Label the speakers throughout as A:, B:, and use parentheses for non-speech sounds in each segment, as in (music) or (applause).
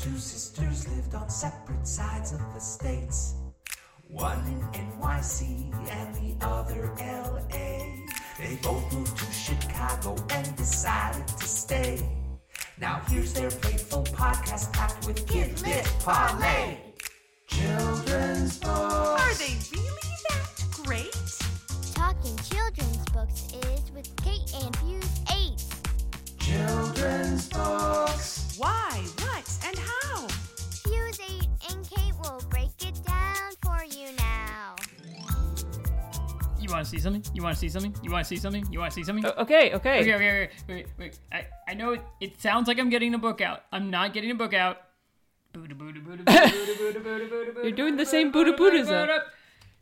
A: Two sisters lived on separate sides of the states. One in NYC and the other LA. They both moved to Chicago and decided to stay. Now here's their playful podcast packed with kid lit parlay. Children's books.
B: Are they really that great?
C: Talking children's books is with Kate and Fuse 8.
A: Children's books.
B: Why, what, and how?
C: Fuse 8 and Kate will break it down for you now.
D: You want to see something? You want to see something? You want to see something? You want to see something?
E: O- Okay, okay.
D: Okay, okay, okay. Wait, wait. I, I know it, it sounds like I'm getting a book out. I'm not getting a book out. Booda, booda,
E: (laughs)
D: booda, booda, booda, booda, booda, booda,
E: You're doing the
D: booda,
E: same
D: booda,
E: Buddha
D: booda,
E: Buddhism.
D: booda.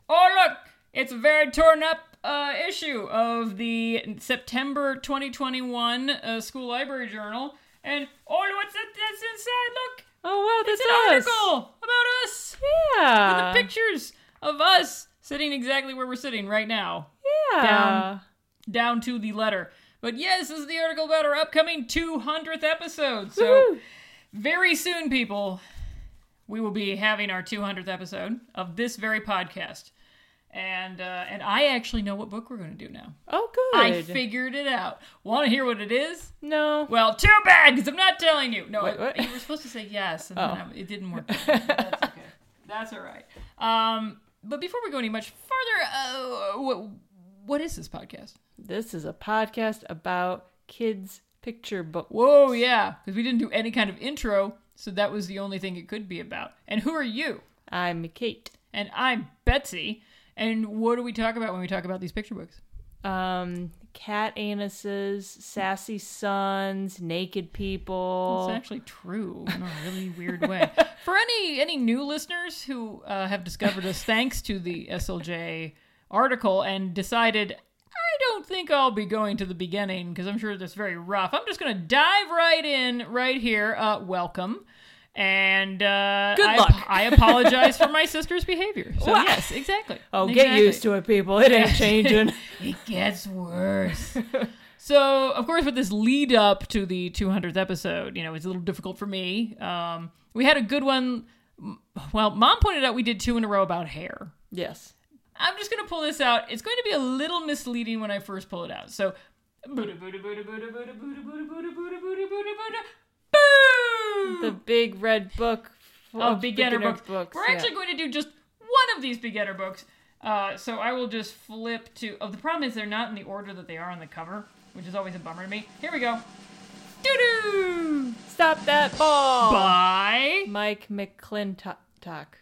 D: Oh, look! It's a very torn up uh, issue of the September 2021 uh, School Library Journal. And oh, what's that? That's inside. Look!
E: Oh wow, that's
D: It's an
E: us.
D: article about us!
E: Yeah.
D: With the pictures of us sitting exactly where we're sitting right now
E: Yeah.
D: down. down to the letter. But yes, this is the article about our upcoming 200th episode. So
E: Woo.
D: very soon, people, we will be having our 200th episode of this very podcast. And uh, and I actually know what book we're going to do now.
E: Oh good.
D: I figured it out. Want to hear what it is?
E: no.
D: Well, too bad because I'm not telling you. No,
E: Wait, what? Oh.
D: you were supposed to say yes, and then I, it
E: (laughs)
D: didn't work. That's okay. That's all right. Um, but before we go any much further, uh, what, what is this podcast?
E: This is a podcast about kids picture books.
D: Whoa, yeah, because we didn't do any kind of intro, so that was the only thing it could be about. And who are you?
E: I'm Kate.
D: And I'm Betsy. And what do we talk about when we talk about these picture books?
E: Um cat anuses, sassy sons, naked people.
D: It's actually true in a really
E: (laughs)
D: weird way. For any any new listeners who uh, have discovered us thanks to the SLJ article and decided, I don't think I'll be going to the beginning because I'm sure that's very rough. I'm just going to dive right in right here. Uh, welcome. And uh,
E: Good
D: I,
E: luck.
D: I apologize for my sister's behavior.
E: (laughs)
D: So
E: Wow.
D: yes, exactly.
E: Oh, get
D: Exactly.
E: used to it, people. It
D: (laughs)
E: ain't changing.
D: It gets worse. so, of course, with this lead up to the 200th episode, you know, it's a little difficult for me. Um, we had a good one. M- Well, mom pointed out we did two in a row about hair.
E: yes.
D: I'm just going to pull this out. It's going to be a little misleading when I first pull it out. So, Buddha, Buddha, Buddha, Buddha, Buddha, Buddha, Buddha, Buddha, Buddha, Buddha, Buddha, Buddha, Boo!
E: The big red book full
D: of beginner, books. We're
E: yeah.
D: actually going to do just one of these beginner books. Uh, so I will just flip to. Oh, the problem is they're not in the order that they are on the cover, which is always a bummer to me. Here we go. Doo doo!
E: Stop that ball.
D: By.
E: Mike McClintock.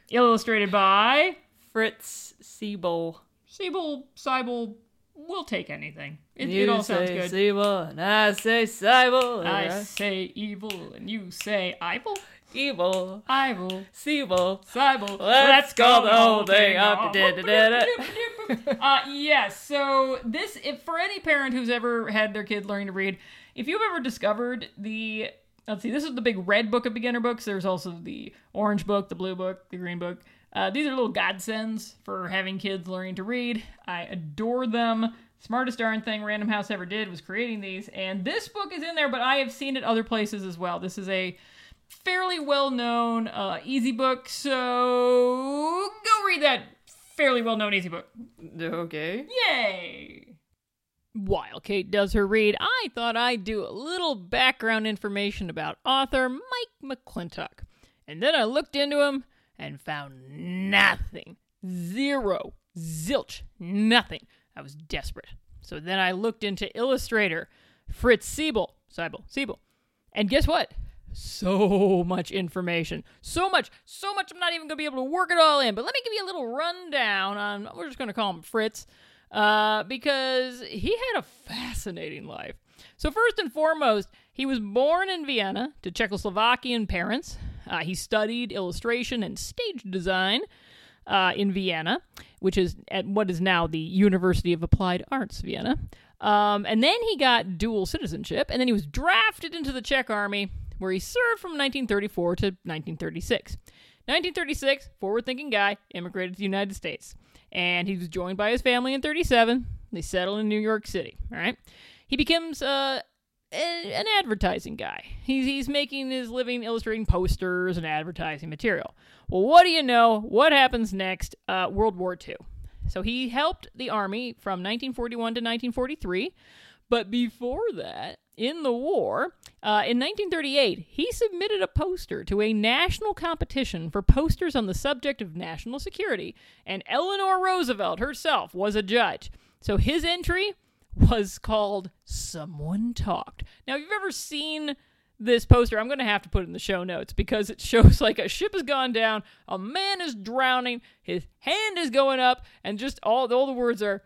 D: Illustrated by.
E: Fritz Siebel.
D: Sable, Seibel, we'll take anything. It, it all sounds
E: say
D: good.
E: Siebel, and I say Siebel. and
D: I say evil, and you say Ivel?
E: Evil.
D: Ivel.
E: Siebel.
D: Cyborg.
E: Let's go the whole thing up.
D: (laughs) Uh, yes. So this, if for any parent who's ever had their kid learning to read, if you've ever discovered the, let's see, this is the big red book of beginner books. There's also the orange book, the blue book, the green book. Uh, these are little godsends for having kids learning to read. I adore them. Smartest darn thing Random House ever did was creating these, and this book is in there. But I have seen it other places as well. This is a fairly well known uh, easy book, so go read that fairly well known easy book.
E: Okay.
D: Yay! While Kate does her read, I thought I'd do a little background information about author Mike McClintock. And then I looked into him and found nothing. Zero. Zilch. Nothing. I was desperate. So then I looked into illustrator Fritz Siebel. Siebel. Siebel. And guess what? So much information. So much, so much, I'm not even going to be able to work it all in. But let me give you a little rundown on, we're just going to call him Fritz, uh, because he had a fascinating life. So, first and foremost, he was born in Vienna to Czechoslovakian parents. Uh, he studied illustration and stage design uh, in Vienna, which is at what is now the University of Applied Arts Vienna. Um, and then he got dual citizenship, and then he was drafted into the Czech army, where he served from 1934 to 1936. 1936, forward thinking guy, immigrated to the United States. And he was joined by his family in 37. They settled in New York City. All right. He becomes uh, a- an advertising guy. He's, he's making his living illustrating posters and advertising material. Well, what do you know? What happens next? Uh, World War II. So he helped the army from 1941 to 1943. But before that, in the war, uh, in 1938, he submitted a poster to a national competition for posters on the subject of national security, and Eleanor Roosevelt herself was a judge. So his entry was called Someone Talked. Now, if you've ever seen this poster, I'm going to have to put it in the show notes because it (laughs) shows like a ship has gone down, a man is drowning, his hand is going up, and just all, all the words are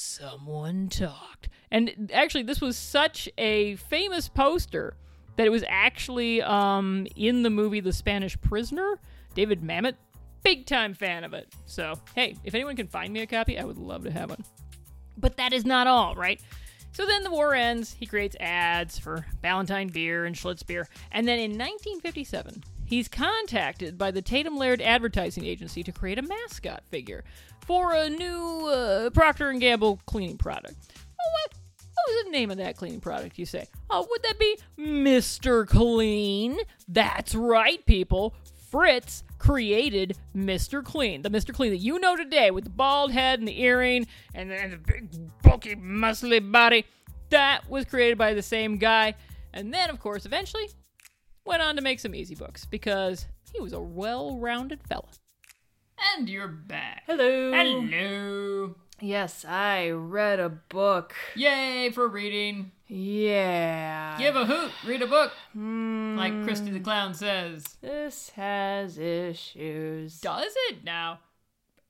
D: someone talked. And actually, this was such a famous poster that it was actually um, in the movie The Spanish Prisoner. David Mamet, big time fan of it. So, hey, if anyone can find me a copy, I would love to have one. But that is not all, right? So then the war ends. He creates ads for Ballantine beer and Schlitz beer. And then in 1957, he's contacted by the Tatum Laird Advertising Agency to create a mascot figure for a new uh, Procter & Gamble cleaning product. Oh, what? What was the name of that cleaning product, you say? Oh, would that be Mr. Clean? That's right, people. Fritz created Mr. Clean, the Mr. Clean that you know today with the bald head and the earring and the, and the big, bulky, muscly body. That was created by the same guy. And then, of course, eventually went on to make some easy books because he was a well rounded fella. And you're back.
E: Hello.
D: Hello.
E: Yes, I read a book.
D: Yay for reading.
E: Yeah.
D: Give a hoot, read a book. Like Christy the Clown says.
E: This has issues.
D: Does it now?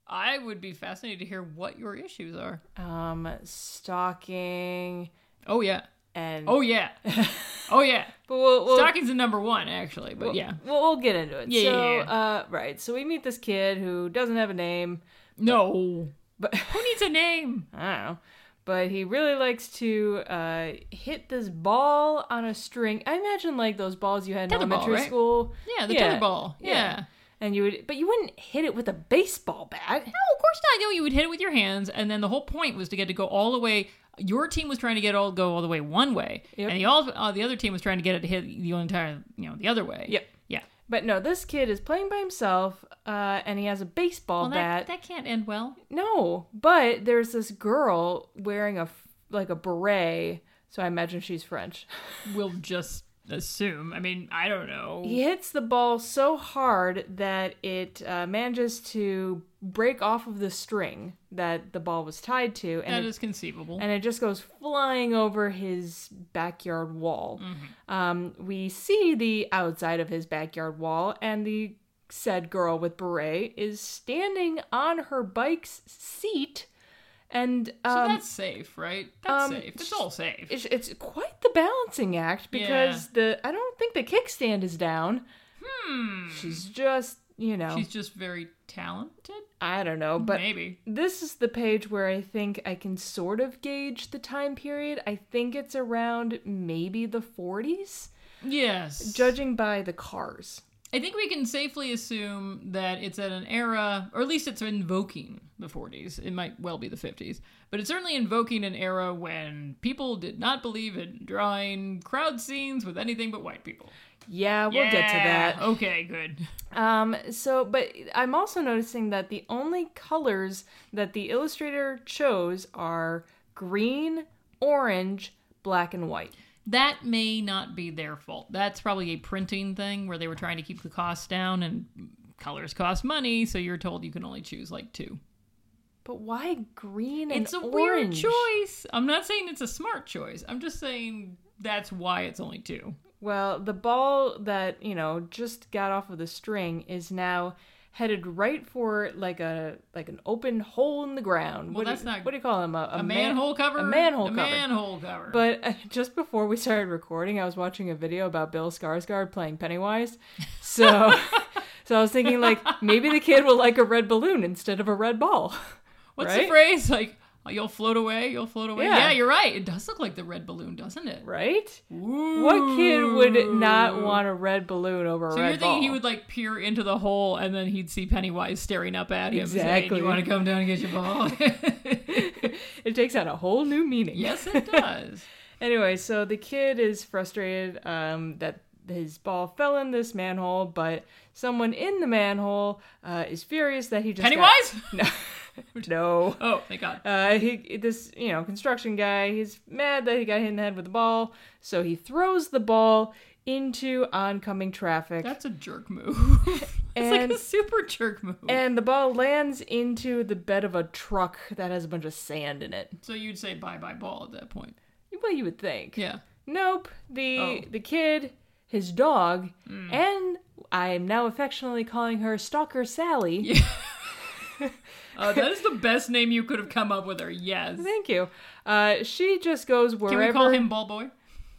D: I would be fascinated to hear what your issues are.
E: Um, stalking
D: Oh yeah.
E: and
D: Oh yeah. Oh (laughs) yeah.
E: But we'll, we'll,
D: Stockings are number one, actually, but yeah.
E: we'll, we'll get into it.
D: Yeah,
E: so,
D: yeah, yeah.
E: Uh, right. So we meet this kid who doesn't have a name,
D: No.
E: but (laughs)
D: Who needs a name?
E: I don't know. But he really likes to uh, hit this ball on a string. I imagine like those balls you had in
D: Tetherball,
E: elementary
D: right?
E: school.
D: Yeah, the tether ball. Yeah.
E: And you would, but you wouldn't hit it with a baseball bat.
D: No, of course not. No, you would hit it with your hands, and then the whole point was to get to go all the way. Your team was trying to get all go all the way one way,
E: Yep.
D: and the all uh, the other team was trying to get it to hit the entire you know the other way.
E: Yep.
D: Yeah.
E: But no, this kid is playing by himself, uh, and he has a baseball
D: Well,
E: bat.
D: that that can't end well.
E: No, but there's this girl wearing a f- like a beret, so I imagine she's French. (laughs)
D: We'll just assume. I mean, I don't know.
E: He hits the ball so hard that it uh, manages to break off of the string that the ball was tied to,
D: That
E: and it,
D: is conceivable.
E: and it just goes flying over his backyard wall.
D: Mm-hmm.
E: Um, we see the outside of his backyard wall, and the said girl with beret is standing on her bike's seat, and
D: so
E: um,
D: that's safe, right? That's
E: um,
D: safe. It's all safe.
E: it's, it's quite the balancing act because the I don't think the kickstand is down.
D: Hmm.
E: She's just you know
D: She's just very talented.
E: I don't know, but
D: Maybe.
E: this is the page where I think I can sort of gauge the time period. I think it's around maybe the 40s,
D: Yes.
E: judging by the cars.
D: I think we can safely assume that it's at an era, or at least it's invoking the 40s. It might well be the 50s, but it's certainly invoking an era when people did not believe in drawing crowd scenes with anything but white people.
E: Yeah, we'll get to
D: Yeah,
E: that.
D: Okay, good. (laughs)
E: Um, so, but I'm also noticing that the only colors that the illustrator chose are green, orange, black, and white.
D: That may not be their fault. That's probably a printing thing where they were trying to keep the costs down and colors cost money, so you're told you can only choose like two.
E: But why green and
D: it's a weird
E: orange?
D: choice. I'm not saying it's a smart choice. I'm just saying that's why it's only two.
E: Well, the ball that, you know, just got off of the string is now headed right for like a like an open hole in the ground.
D: Well,
E: what
D: that's
E: do you,
D: not-
E: what do you call them? A, a
D: a
E: man-
D: manhole cover.
E: A manhole
D: a
E: cover.
D: manhole cover.
E: But uh, just before we started recording, I was watching a video about Bill Skarsgård playing
D: (laughs)
E: Pennywise. So so I was thinking like maybe the kid will like a red balloon instead of a red ball.
D: what's the
E: right?
D: phrase like? "Oh, You'll float away. You'll float away.
E: Yeah.
D: Yeah. you're right. It does look like the red balloon, doesn't it?
E: Right?
D: Ooh.
E: What kid would not want a red balloon over a
D: So
E: red
D: you're thinking
E: ball?
D: he would like peer into the hole and then he'd see Pennywise staring up at him.
E: Exactly.
D: Saying, you want to come down and get your ball? (laughs)
E: it takes on a whole new meaning. (laughs)
D: yes, it does.
E: Anyway, so the kid is frustrated um, that his ball fell in this manhole, but someone in the manhole uh, is furious that he just got- (laughs)
D: Pennywise?
E: no.
D: Oh, thank God.
E: Uh, he this you know construction guy. He's mad that he got hit in the head with a ball, so he throws the ball into oncoming traffic,
D: That's a jerk move. it's like
E: (laughs)
D: a
E: And-
D: (laughs) super jerk move.
E: and the ball lands into the bed of a truck that has a bunch of sand in it.
D: so you'd say bye bye ball at that point.
E: Well, you would think.
D: Yeah.
E: Nope. The
D: Oh. Mm.
E: the kid, his dog, and I am now affectionately calling her Stalker Sally.
D: Uh,
E: (laughs)
D: that is the best name you could have come up with, or yes.
E: Thank you. Uh, she just goes
D: Can
E: wherever.
D: we call him Ball Boy?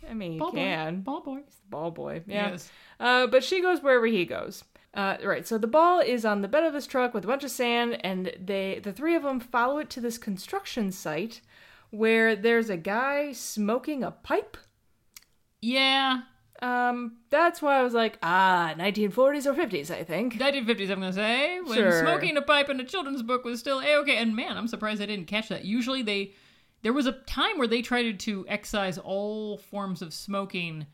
E: I mean, you
D: Ball
E: can.
D: Boy. Ball Boy.
E: ball boy. Yeah.
D: Yes.
E: Uh, but she goes wherever he goes. Uh, right. So the ball is on the bed of this truck with a bunch of sand, and they the three of them follow it to this construction site where there's a guy smoking a pipe.
D: Yeah.
E: Um, that's why I was like, ah, 1940s or 50s, I think.
D: 1950s, I'm going to say. When
E: Sure.
D: smoking a pipe in a children's book was still A-OK. And man, I'm surprised I didn't catch that. Usually they... There was a time where they tried to excise all forms of smoking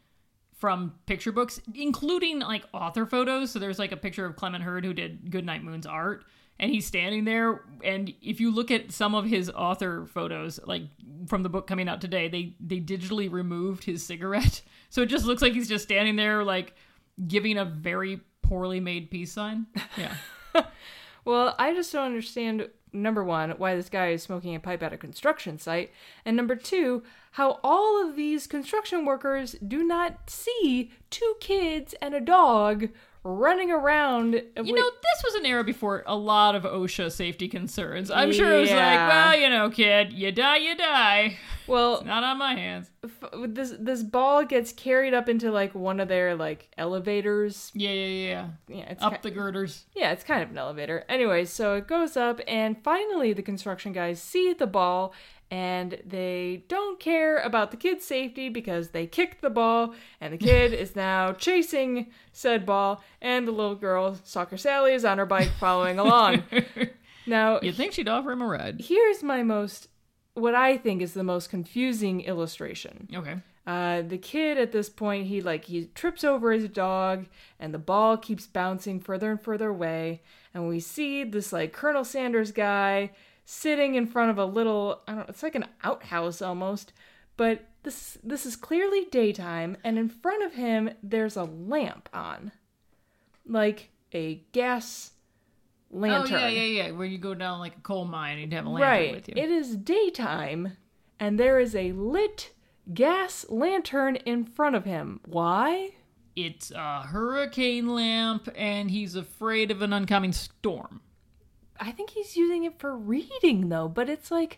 D: from picture books, including like author photos. So there's like a picture of Clement Hurd who did Goodnight Moon's art, and he's standing there. And if you look at some of his author photos, like from the book coming out today, they they digitally removed his cigarette, (laughs) so it just looks like he's just standing there, like giving a very poorly made peace sign. Yeah,
E: Well, I just don't understand number one why this guy is smoking a pipe at a construction site, and number two how all of these construction workers do not see two kids and a dog running around.
D: you know, this was an era before a lot of OSHA safety concerns. I'm sure it was like,
E: Yeah.
D: well, you know, kid, you die, you die.
E: well,
D: Not on my hands.
E: f- this this ball gets carried up into like one of their like elevators.
D: Yeah, yeah, yeah.
E: Yeah, it's ki-
D: Up the girders.
E: Yeah, it's kind of an elevator. Anyway, so it goes up, and finally the construction guys see the ball, and they don't care about the kid's safety because they kicked the ball, and the kid is now chasing said ball, and the little girl, Soccer Sally, is on her bike following along. Now,
D: You'd think she'd offer him a ride.
E: here's my most, what I think is the most confusing illustration.
D: Okay.
E: Uh, the kid at this point, he like he trips over his dog, and the ball keeps bouncing further and further away. And we see this like Colonel Sanders guy sitting in front of a little, I don't, it's like an outhouse almost, but this this is clearly daytime, and in front of him there's a lamp on, like a gas lantern.
D: Oh yeah, yeah, yeah. Where you go down like a coal mine and you have a lantern
E: Right.
D: with you.
E: It is daytime, and there is a lit gas lantern in front of him. Why?
D: it's a hurricane lamp, and he's afraid of an oncoming storm.
E: I think he's using it for reading, though, but it's like,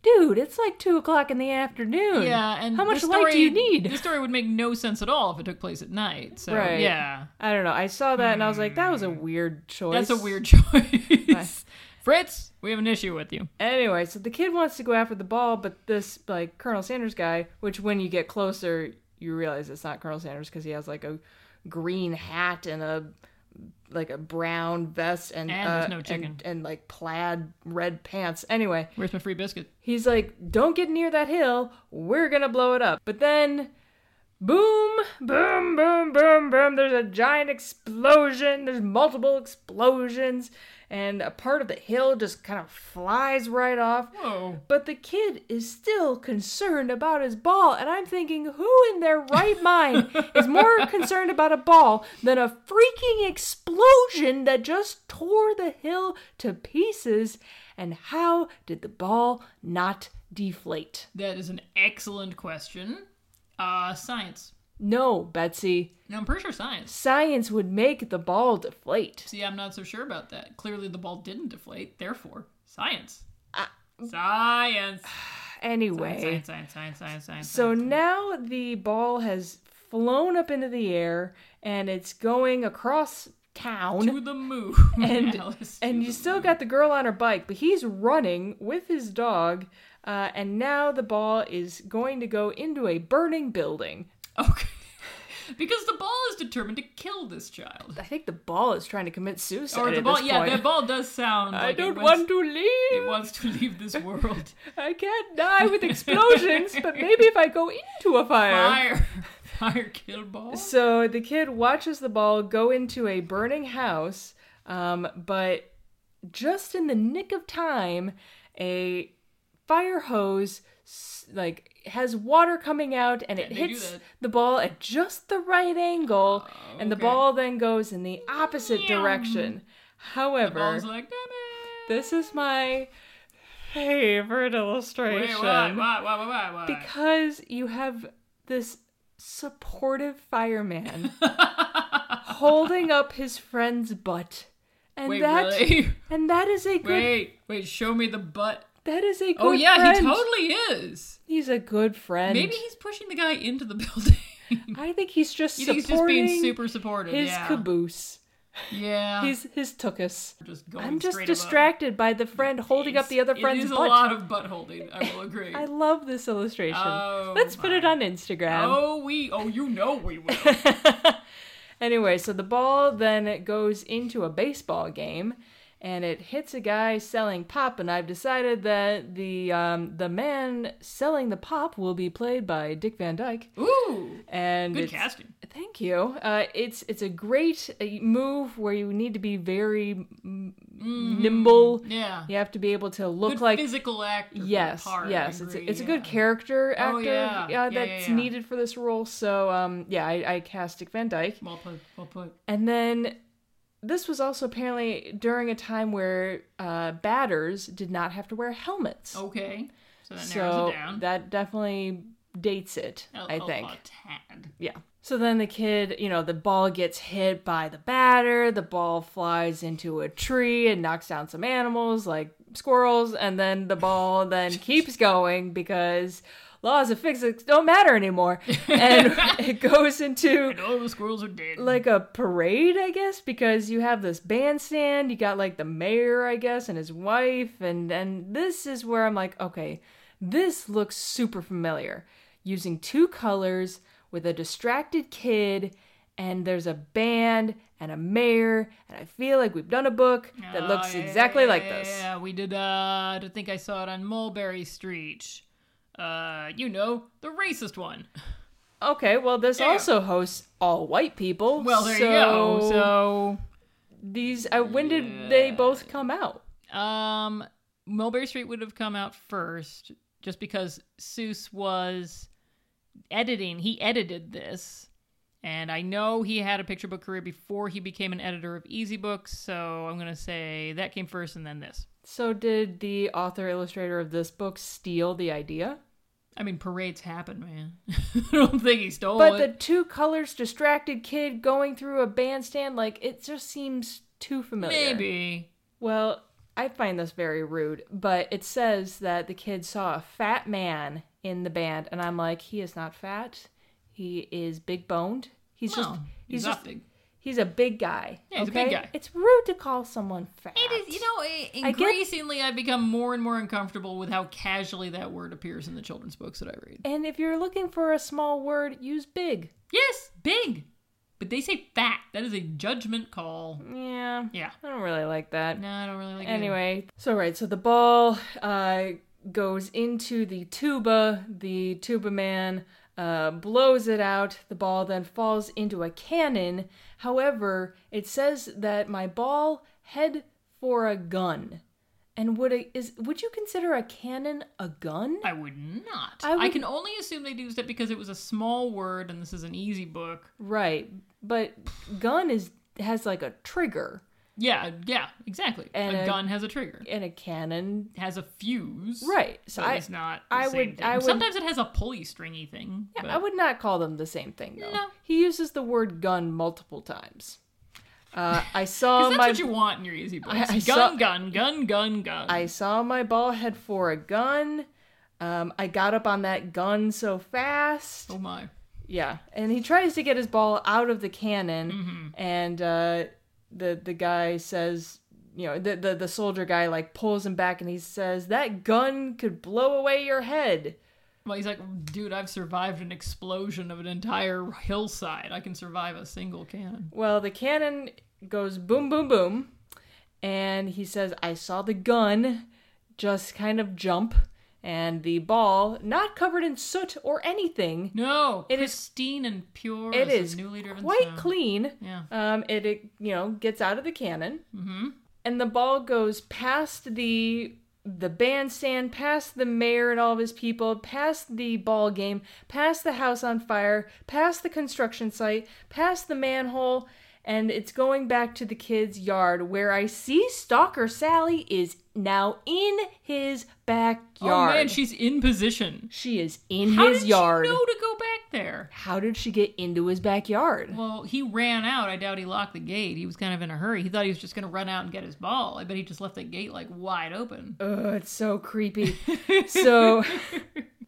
E: dude, it's like 2 o'clock in the afternoon.
D: Yeah, and
E: how much
D: the
E: light do you
D: story-
E: need? (laughs)
D: The story would make no sense at all if it took place at night. So
E: Right.
D: yeah,
E: I don't know. I saw that and I was like, that was Hmm. a weird choice.
D: that's a weird (laughs) choice. Fritz, we have an issue with you.
E: Anyway, so the kid wants to go after the ball, but this, like, Colonel Sanders guy, which when you get closer, you realize it's not Colonel Sanders because he has, like, a green hat and a, like, a brown vest and,
D: And there's
E: uh,
D: no chicken.
E: And, and, like, plaid red pants. Anyway,
D: Where's my free biscuit?
E: he's like, don't get near that hill. We're going to blow it up. But then, boom, boom, boom, boom, boom. There's a giant explosion. There's multiple explosions. And a part of the hill just kind of flies right off.
D: Oh,
E: But the kid is still concerned about his ball, and I'm thinking, who in their right mind is more concerned about a ball than a freaking explosion that just tore the hill to pieces? And how did the ball not deflate?
D: that is an excellent question. Uh, science.
E: No, Betsy,
D: No, I'm pretty sure science.
E: science would make the ball deflate.
D: See, I'm not so sure about that. Clearly, the ball didn't deflate. Therefore, science.
E: Uh,
D: science.
E: Anyway.
D: Science, science, science, science, science.
E: So now the ball has flown up into the air and it's going across town.
D: to the moon,
E: (laughs) and
D: (laughs) Alice.
E: and you still got the girl on her bike, but he's running with his dog, uh, and now the ball is going to go into a burning building.
D: okay. because the ball is determined to kill this child.
E: I think the ball is trying to commit suicide.
D: Or the
E: at
D: ball,
E: this
D: yeah,
E: point.
D: the ball does sound. Like
E: I
D: it
E: don't
D: wants-
E: want to leave.
D: It wants to leave this
E: (laughs)
D: world.
E: I can't die
D: (laughs)
E: with explosions, but maybe if I go into a fire.
D: Fire, fire, kill ball.
E: So the kid watches the ball go into a burning house, um, but just in the nick of time, a fire hose s- like has water coming out and it
D: they do
E: hits
D: that. Oh,
E: the ball at just the right angle and the
D: okay.
E: ball then goes in the opposite direction however
D: Ball's like, damn
E: This is my favorite
D: it.
E: illustration
D: Wait, why, why, why, why, why, why?
E: because you have this supportive fireman holding up his friend's butt, and
D: (laughs) Wait,
E: that
D: really?
E: (laughs) and that is a good
D: Wait, wait, show me the butt.
E: that is a good
D: Oh yeah,
E: friend.
D: he totally is.
E: he's a good friend.
D: Maybe he's pushing the guy into the (laughs) building. you
E: I think he's just
D: think he's just
E: supporting
D: being super supportive.
E: his
D: yeah.
E: caboose,
D: yeah.
E: his his tuchus.
D: just going
E: I'm just
D: straight above.
E: distracted by the friend holding up the other friend's
D: It is
E: butt.
D: a lot of butt holding. I
E: (laughs)
D: will agree.
E: I love this illustration.
D: Oh,
E: Let's put it on Instagram.
D: oh, we. Oh, you know
E: (laughs)
D: we will.
E: Anyway, so the ball then goes into a baseball game and it hits a guy selling pop and I've decided that the um, the man selling the pop will be played by Dick Van Dyke
D: Ooh,
E: and
D: good
E: it's-
D: casting.
E: Thank you. Uh, it's it's a great uh, move where you need to be very m nimble.
D: Yeah.
E: You have to be able to look
D: Mm-hmm. Good
E: like
D: physical actor. for the
E: yes
D: part, I
E: yes it's a,
D: agree,
E: it's a
D: yeah.
E: good character actor
D: Oh, yeah. Yeah, yeah,
E: that's
D: yeah.
E: needed for this role so um yeah i, I cast dick van dyke
D: Well put. Well put.
E: and then this was also apparently during a time where uh, batters did not have to wear helmets
D: Okay. So Oh, that narrows
E: so
D: it down.
E: that definitely dates it
D: A-
E: I
D: a-
E: think
D: A tad.
E: yeah. So then the kid, you know, the ball gets hit by the batter, the ball flies into a tree and knocks down some animals like squirrels, and then the
D: (laughs)
E: ball then keeps going because laws of physics don't matter anymore.
D: (laughs)
E: And it goes into
D: And all Oh, the squirrels are dead.
E: like a parade, I guess, because you have this bandstand, you got like the mayor, I guess, and his wife, and and this is where I'm like, okay, this looks super familiar. Using two colors with a distracted kid, and there's a band and a mayor, and I feel like we've done a book that
D: Oh,
E: looks
D: yeah,
E: exactly
D: yeah,
E: like
D: yeah,
E: this.
D: Yeah, we did. Uh, I think I saw it on Mulberry Street. Uh, you know, the racist one. (laughs)
E: Okay, well, this also hosts all white people.
D: Well, there you
E: so
D: go.
E: these, uh, when did they both come out?
D: So, um, Mulberry Street would have come out first, just because Seuss was editing. He edited this, and I know he had a picture book career before he became an editor of Easy Books. So I'm gonna say that came first, and then this.
E: So, did the author illustrator of this book steal the idea?
D: I mean, parades happen, man. (laughs) I don't think he stole
E: But
D: Oh, it.
E: the two colors distracted kid going through a bandstand, like, it just seems too familiar.
D: Maybe.
E: Well, I find this very rude, but it says that the kid saw a fat man in the band, and I'm like, he is not fat. He is big boned. He's
D: No,
E: just.
D: he's,
E: just.
D: not big.
E: He's a big guy.
D: Yeah, he's a
E: okay?
D: big guy.
E: It's rude to call someone fat.
D: It is, you know, i-
E: I get-
D: increasingly I've become more and more uncomfortable with how casually that word appears in the children's books that I read.
E: And if you're looking for a small word, use big.
D: Yes, big. But they say fat. That is a judgment call.
E: Yeah.
D: Yeah.
E: I don't really like that.
D: No, I don't really like it.
E: Anyway, so right, so the ball uh, goes into the tuba. The tuba man uh, blows it out. The ball then falls into a cannon. However, it says that my ball head for a gun. And would a, is would you consider a cannon a gun?
D: I would not.
E: I
D: I,
E: would-
D: can only assume they used it because it was a small word and this is an easy book.
E: Right, but gun is has like a trigger,
D: Yeah, yeah, exactly.
E: And
D: a,
E: a-
D: gun has a trigger.
E: and a cannon.
D: It has a fuse.
E: Right. So
D: So
E: I
D: it's not. The
E: I
D: same
E: would-
D: thing.
E: I would-
D: Sometimes it has a pulley stringy thing.
E: Yeah,
D: but-
E: I would not call them the same thing though.
D: No.
E: He uses the word gun multiple times. Uh, I (laughs) saw
D: Because that's
E: my
D: what you want in your easy books.
E: I
D: gun,
E: saw-
D: gun, gun, gun, gun.
E: I saw my ball head for a gun. Um, I got up on that gun so fast.
D: oh my.
E: Yeah, and he tries to get his ball out of the cannon,
D: Mm-hmm.
E: and uh, the the guy says, you know, the, the the soldier guy like pulls him back, and he says that gun could blow away your head.
D: Well, he's like, dude, I've survived an explosion of an entire hillside. I can survive a single cannon.
E: Well, the cannon goes boom, boom, boom. And he says, I saw the gun just kind of jump. And the ball, not covered in soot or anything,
D: No,
E: It is-
D: pristine and pure.
E: it
D: as
E: is
D: a newly driven
E: quite
D: snow.
E: clean.
D: Yeah.
E: Um, it, it, you know, gets out of the cannon. Mm-hmm. And the ball goes past the the bandstand, past the mayor and all of his people, past the ball game, past the house on fire, past the construction site, past the manhole, and it's going back to the kid's yard where I see Stalker Sally is now in his backyard.
D: Oh man, she's in position.
E: she is in
D: How
E: his
D: did
E: yard.
D: she know to go back there?
E: How did she get into his backyard?
D: Well, he ran out. I doubt he locked the gate. He was kind of in a hurry. He thought he was just going to run out and get his ball. I bet he just left the gate like wide open.
E: Ugh, it's so
D: (laughs)
E: creepy. so,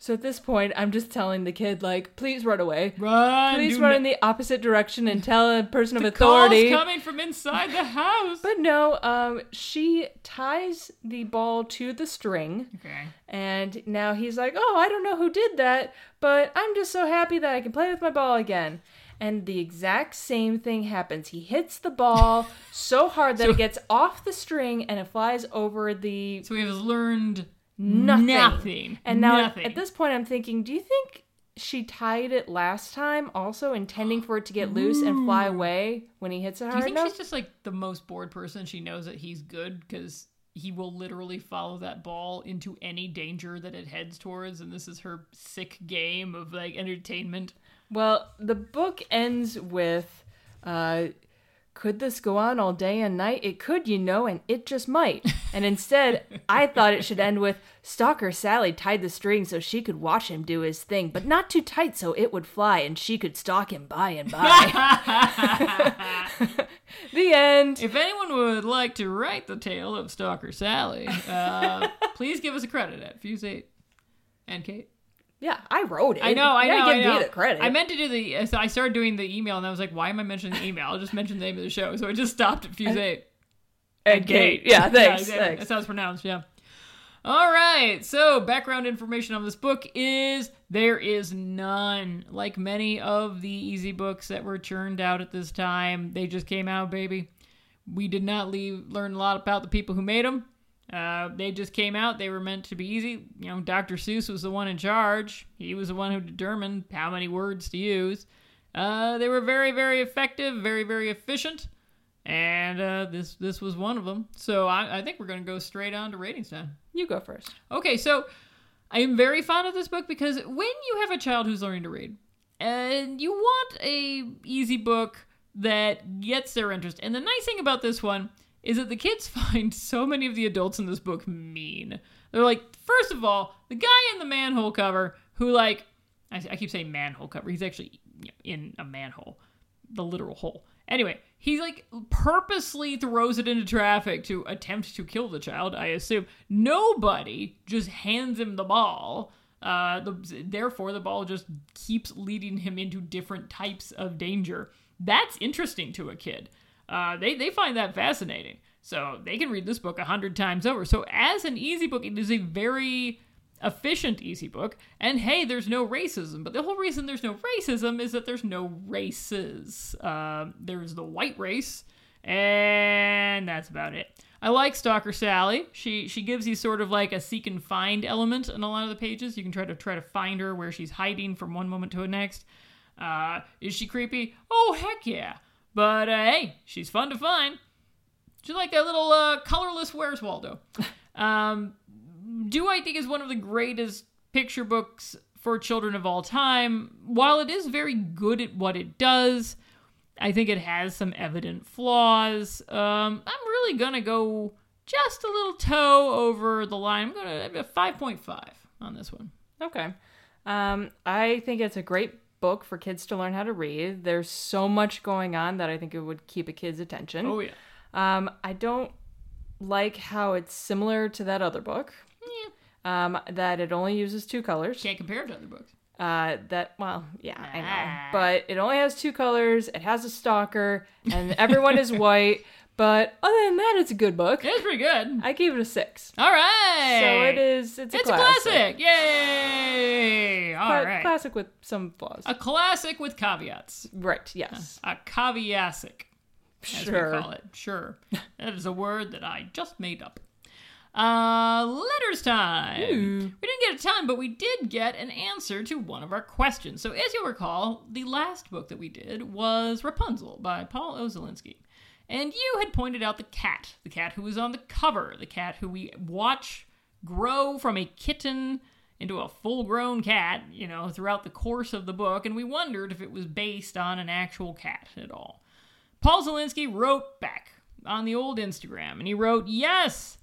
E: so at this point, I'm just telling the kid, like, please run away.
D: Run!
E: Please
D: do
E: run
D: no-
E: in the opposite direction and tell a person of
D: Calls
E: authority.
D: coming from inside the house.
E: But no, um, she ties the ball to the string,
D: okay.
E: and now he's like, oh, I don't know who did that, but I'm just so happy that I can play with my ball again. And the exact same thing happens. He hits the
D: (laughs)
E: ball so hard that
D: So-
E: it gets off the string and it flies over the
D: So he has learned
E: nothing.
D: Nothing.
E: And now
D: Nothing.
E: at this point, I'm thinking, do you think she tied it last time, also intending for it to get loose and fly away when he hits it
D: Do you
E: hard
D: think
E: enough?
D: she's just like the most bored person? She knows that he's good because he will literally follow that ball into any danger that it heads towards, and this is her sick game of like entertainment. (laughs)
E: Well, the book ends with, uh, could this go on all day and night? It could, you know, and it just might.
D: (laughs)
E: And instead, I thought it should end with Stalker Sally tied the string so she could watch him do his thing, but not too tight so it would fly and she could stalk him by and
D: (laughs)
E: by. the end.
D: If anyone would like to write the tale of Stalker Sally,
E: (laughs)
D: uh, please give us a credit at Fuse Eight and Kate.
E: Yeah, I wrote it.
D: I know, I
E: You gotta
D: know, I
E: give
D: know.
E: me the credit.
D: I meant to do the. So I started doing the email, and I was like, "Why am I mentioning the email? I'll just mention the name of the show." So I just stopped at Fuse Eight.
E: and Kate.
D: (laughs)
E: Yeah, thanks.
D: exactly.
E: thanks.
D: That's how it's pronounced, yeah. All right, so background information on this book is there is none. Like many of the easy books that were churned out at this time, they just came out, baby. We did not leave, learn a lot about the people who made them. Uh, they just came out. They were meant to be easy. You know, Dr. Seuss was the one in charge. He was the one who determined how many words to use. Uh, they were very, very effective, very, very efficient and uh, this this was one of them. So I, I think we're gonna go straight on to ratings time.
E: You go first.
D: Okay, so I am very fond of this book because when you have a child who's learning to read, and you want a easy book that gets their interest, and the nice thing about this one is that the kids (laughs) find so many of the adults in this book mean. They're like, first of all, the guy in the manhole cover who like, I, I keep saying manhole cover. He's actually you know, in a manhole the literal hole. Anyway, he like purposely throws it into traffic to attempt to kill the child. I assume nobody just hands him the ball. Uh, the, therefore, the ball just keeps leading him into different types of danger. That's interesting to a kid. Uh, they they find that fascinating. So they can read this book a hundred times over. So as an easy book, it is a very efficient easy book and hey there's no racism but the whole reason there's no racism is that there's no races um, there's the white race and that's about it i like stalker sally she she gives you sort of like a seek and find element in a lot of the pages you can try to try to find her where she's hiding from one moment to the next uh, is she creepy oh heck yeah but uh, hey she's fun to find she's like a little uh, colorless where's waldo um, do I think is one of the greatest picture books for children of all time. While it is very good at what it does, I think it has some evident flaws. Um, I'm really gonna go just a little toe over the line. I'm gonna I'm gonna 5.5 on this one.
E: Okay. Um, I think it's a great book for kids to learn how to read. There's so much going on that I think it would keep a kid's attention.
D: Oh yeah.
E: Um, I don't like how it's similar to that other book.
D: Yeah.
E: Um, that it only uses two colors.
D: Can't compare it to other books.
E: Uh, that well, yeah, I (laughs)
D: Ah.
E: know, but it only has two colors. It has a stalker, and everyone is white. But other than that, it's a good book.
D: It's pretty good.
E: I gave it a six.
D: All right.
E: So it is. It's a
D: It's a
E: classic.
D: classic. Yay. All
E: Cla-
D: right.
E: Classic with some flaws.
D: A classic with caveats.
E: right. Yes.
D: A caveasic, as
E: sure.
D: we call it. Sure. (laughs) that is a word that I just made up. Uh, letters time. We didn't get a ton, but we did get an answer to one of our questions. So, as you'll recall, the last book that we did was Rapunzel by Paul Ozelinsky. And you had pointed out the cat, the cat who was on the cover, the cat who we watch grow from a kitten into a full grown cat, you know, throughout the course of the book. And we wondered if it was based on an actual cat at all. Paul Zelinsky wrote back on the old Instagram, and he wrote, Yes,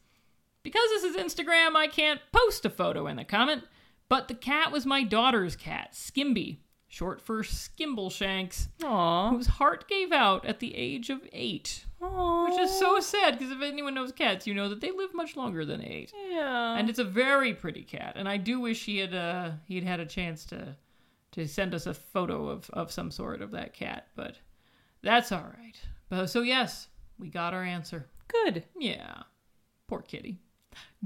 D: because this is Instagram, I can't post a photo in the comment, but the cat was my daughter's cat, Skimby, short for Skimbleshanks, (laughs)
E: Aw.
D: whose heart gave out at the age of eight. Which is so sad, because if anyone knows cats, you know that they live much longer than eight.
E: Yeah.
D: And it's a very pretty cat, and I do wish he had uh, he'd had a chance to to send us a photo of, of some sort of that cat, but that's all right. But, so yes, we got our answer.
E: Good.
D: Yeah, poor kitty.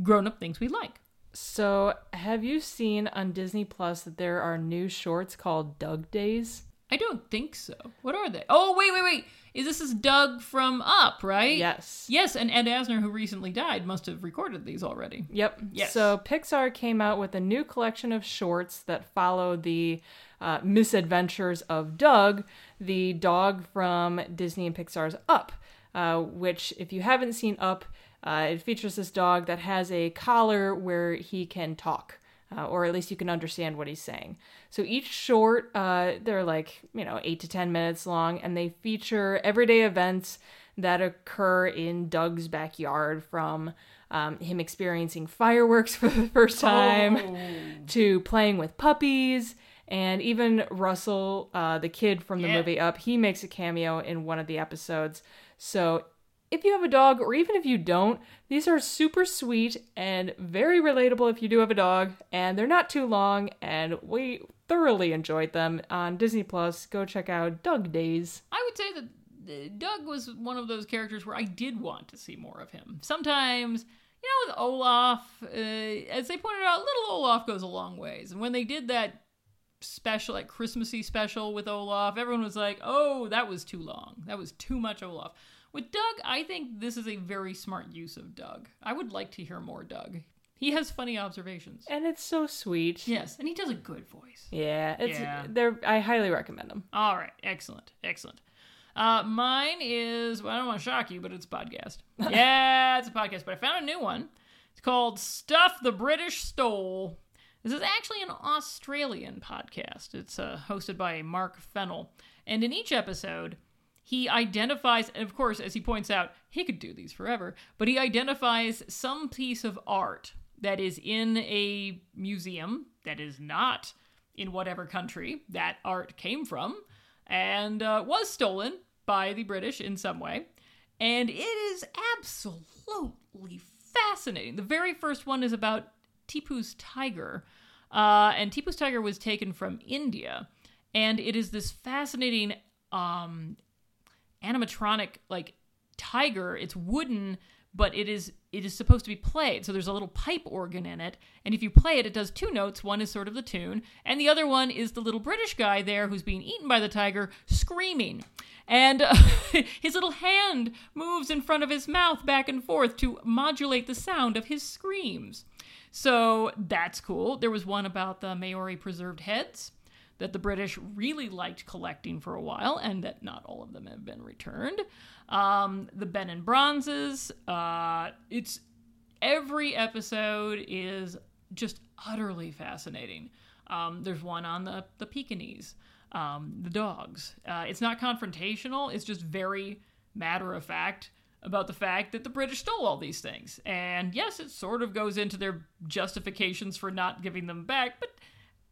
D: Grown up things we like.
E: So, have you seen on Disney Plus that there are new shorts called Doug Days?
D: I don't think so. What are they? Oh wait, wait, wait. Is this is Doug from Up, right?
E: Yes.
D: Yes, and Ed Asner, who recently died, must have recorded these already.
E: Yep.
D: Yes.
E: So Pixar came out with a new collection of shorts that follow the uh, misadventures of Doug, the dog from Disney and Pixar's Up, uh, which, if you haven't seen Up, uh, it features this dog that has a collar where he can talk. Uh, or at least you can understand what he's saying. So each short, uh, they're like, you know, eight to 10 minutes long, and they feature everyday events that occur in Doug's backyard from um, him experiencing fireworks (laughs) for the first time to playing with puppies. And even Russell, uh, the kid from the
D: Yeah.
E: movie Up, he makes a cameo in one of the episodes. So if you have a dog, or even if you don't, these are super sweet and very relatable if you do have a dog. And they're not too long, and we thoroughly enjoyed them on Disney Plus. Go check out Doug Days.
D: I would say that uh, Doug was one of those characters where I did want to see more of him. Sometimes, you know, with Olaf, uh, as they pointed out, little Olaf goes a long ways. And when they did that special, like Christmassy special with Olaf, everyone was like, oh, that was too long. That was too much Olaf. With Doug, I think this is a very smart use of Doug. I would like to hear more Doug. He has funny observations.
E: And it's so sweet.
D: Yes, and he does a good voice.
E: Yeah, it's
D: Yeah.
E: they're I highly recommend them.
D: All right, excellent, excellent. Uh, mine is well, I don't want to shock you, but it's a podcast. yeah, it's a podcast, but I found a new one. It's called "Stuff the British Stole." This is actually an Australian podcast. It's uh, hosted by Mark Fennell, and in each episode, he identifies, and of course, as he points out, he could do these forever, but he identifies some piece of art that is in a museum that is not in whatever country that art came from and uh, was stolen by the British in some way. And it is absolutely fascinating. The very first one is about Tipu's tiger. Uh, and Tipu's tiger was taken from India. And it is this fascinating um, animatronic like tiger. It's wooden, but it is it is supposed to be played. So there's a little pipe organ in it, and if you play it, it does two notes. One is sort of the tune, and the other one is the little British guy there who's being eaten by the tiger screaming. And (laughs) uh, his little hand moves in front of his mouth back and forth to modulate the sound of his screams. So that's cool. There was one about the Maori preserved heads that the British really liked collecting for a while, and that not all of them have been returned. Um, the Ben and Bronzes. Uh, it's every episode is just utterly fascinating. Um, there's one on the the Pekingese, um, the dogs. Uh, it's not confrontational. It's just very matter of fact about the fact that the British stole all these things. And yes, it sort of goes into their justifications for not giving them back, but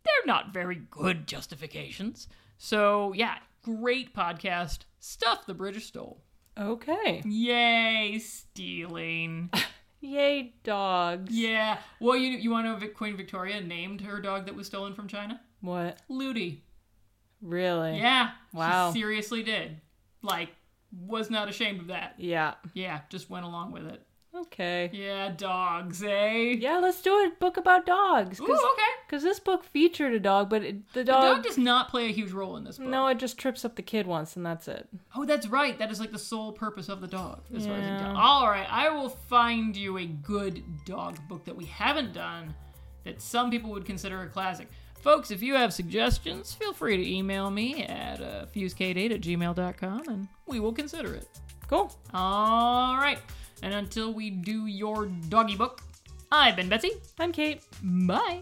D: they're not very good justifications. So, yeah, great podcast. Stuff the British stole.
E: Okay.
D: Yay,
E: (laughs)
D: stealing.
E: Yay, dogs.
D: yeah. Well, you, you want to know Vic- Queen Victoria named her dog that was stolen from China?
E: What?
D: Ludi.
E: Really?
D: Yeah.
E: Wow.
D: She seriously did. Like, was not ashamed of that.
E: Yeah.
D: Yeah, just went along with it.
E: Okay.
D: Yeah, dogs, eh?
E: Yeah, let's do a book about dogs.
D: Ooh, okay.
E: Because this book featured a dog, but it, the
D: The
E: dog.
D: dog does not play a huge role in this book.
E: no, it just trips up the kid once, and that's it.
D: Oh, that's right. That is like the sole purpose of the dog, as far as I can tell. All right, I will find you a good dog book that we haven't done that some people would consider a classic. Folks, if you have suggestions, feel free to email me at uh, fusekdate at gmail.com and we will consider it.
E: Cool.
D: All right, and until we do your doggy book, I've been Betsy.
E: I'm Kate.
D: Bye.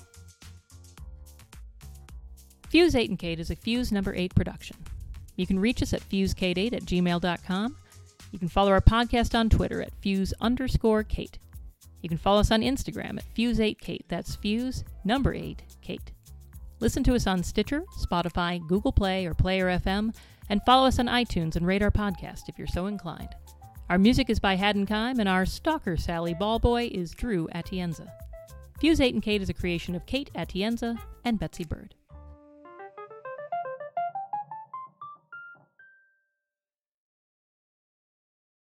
D: Fuse 8 and Kate is a Fuse number 8 production. You can reach us at fusekate8 at gmail.com. You can follow our podcast on Twitter at fuse underscore Kate. You can follow us on Instagram at fuse8kate. That's fuse number 8 Kate. Listen to us on Stitcher, Spotify, Google Play, or Player FM, and follow us on iTunes and rate our podcast if you're so inclined. Our music is by Haddon Kime, and our stalker Sally Ballboy is Drew Atienza. Fuse 8 and Kate is a creation of Kate Atienza and Betsy Bird.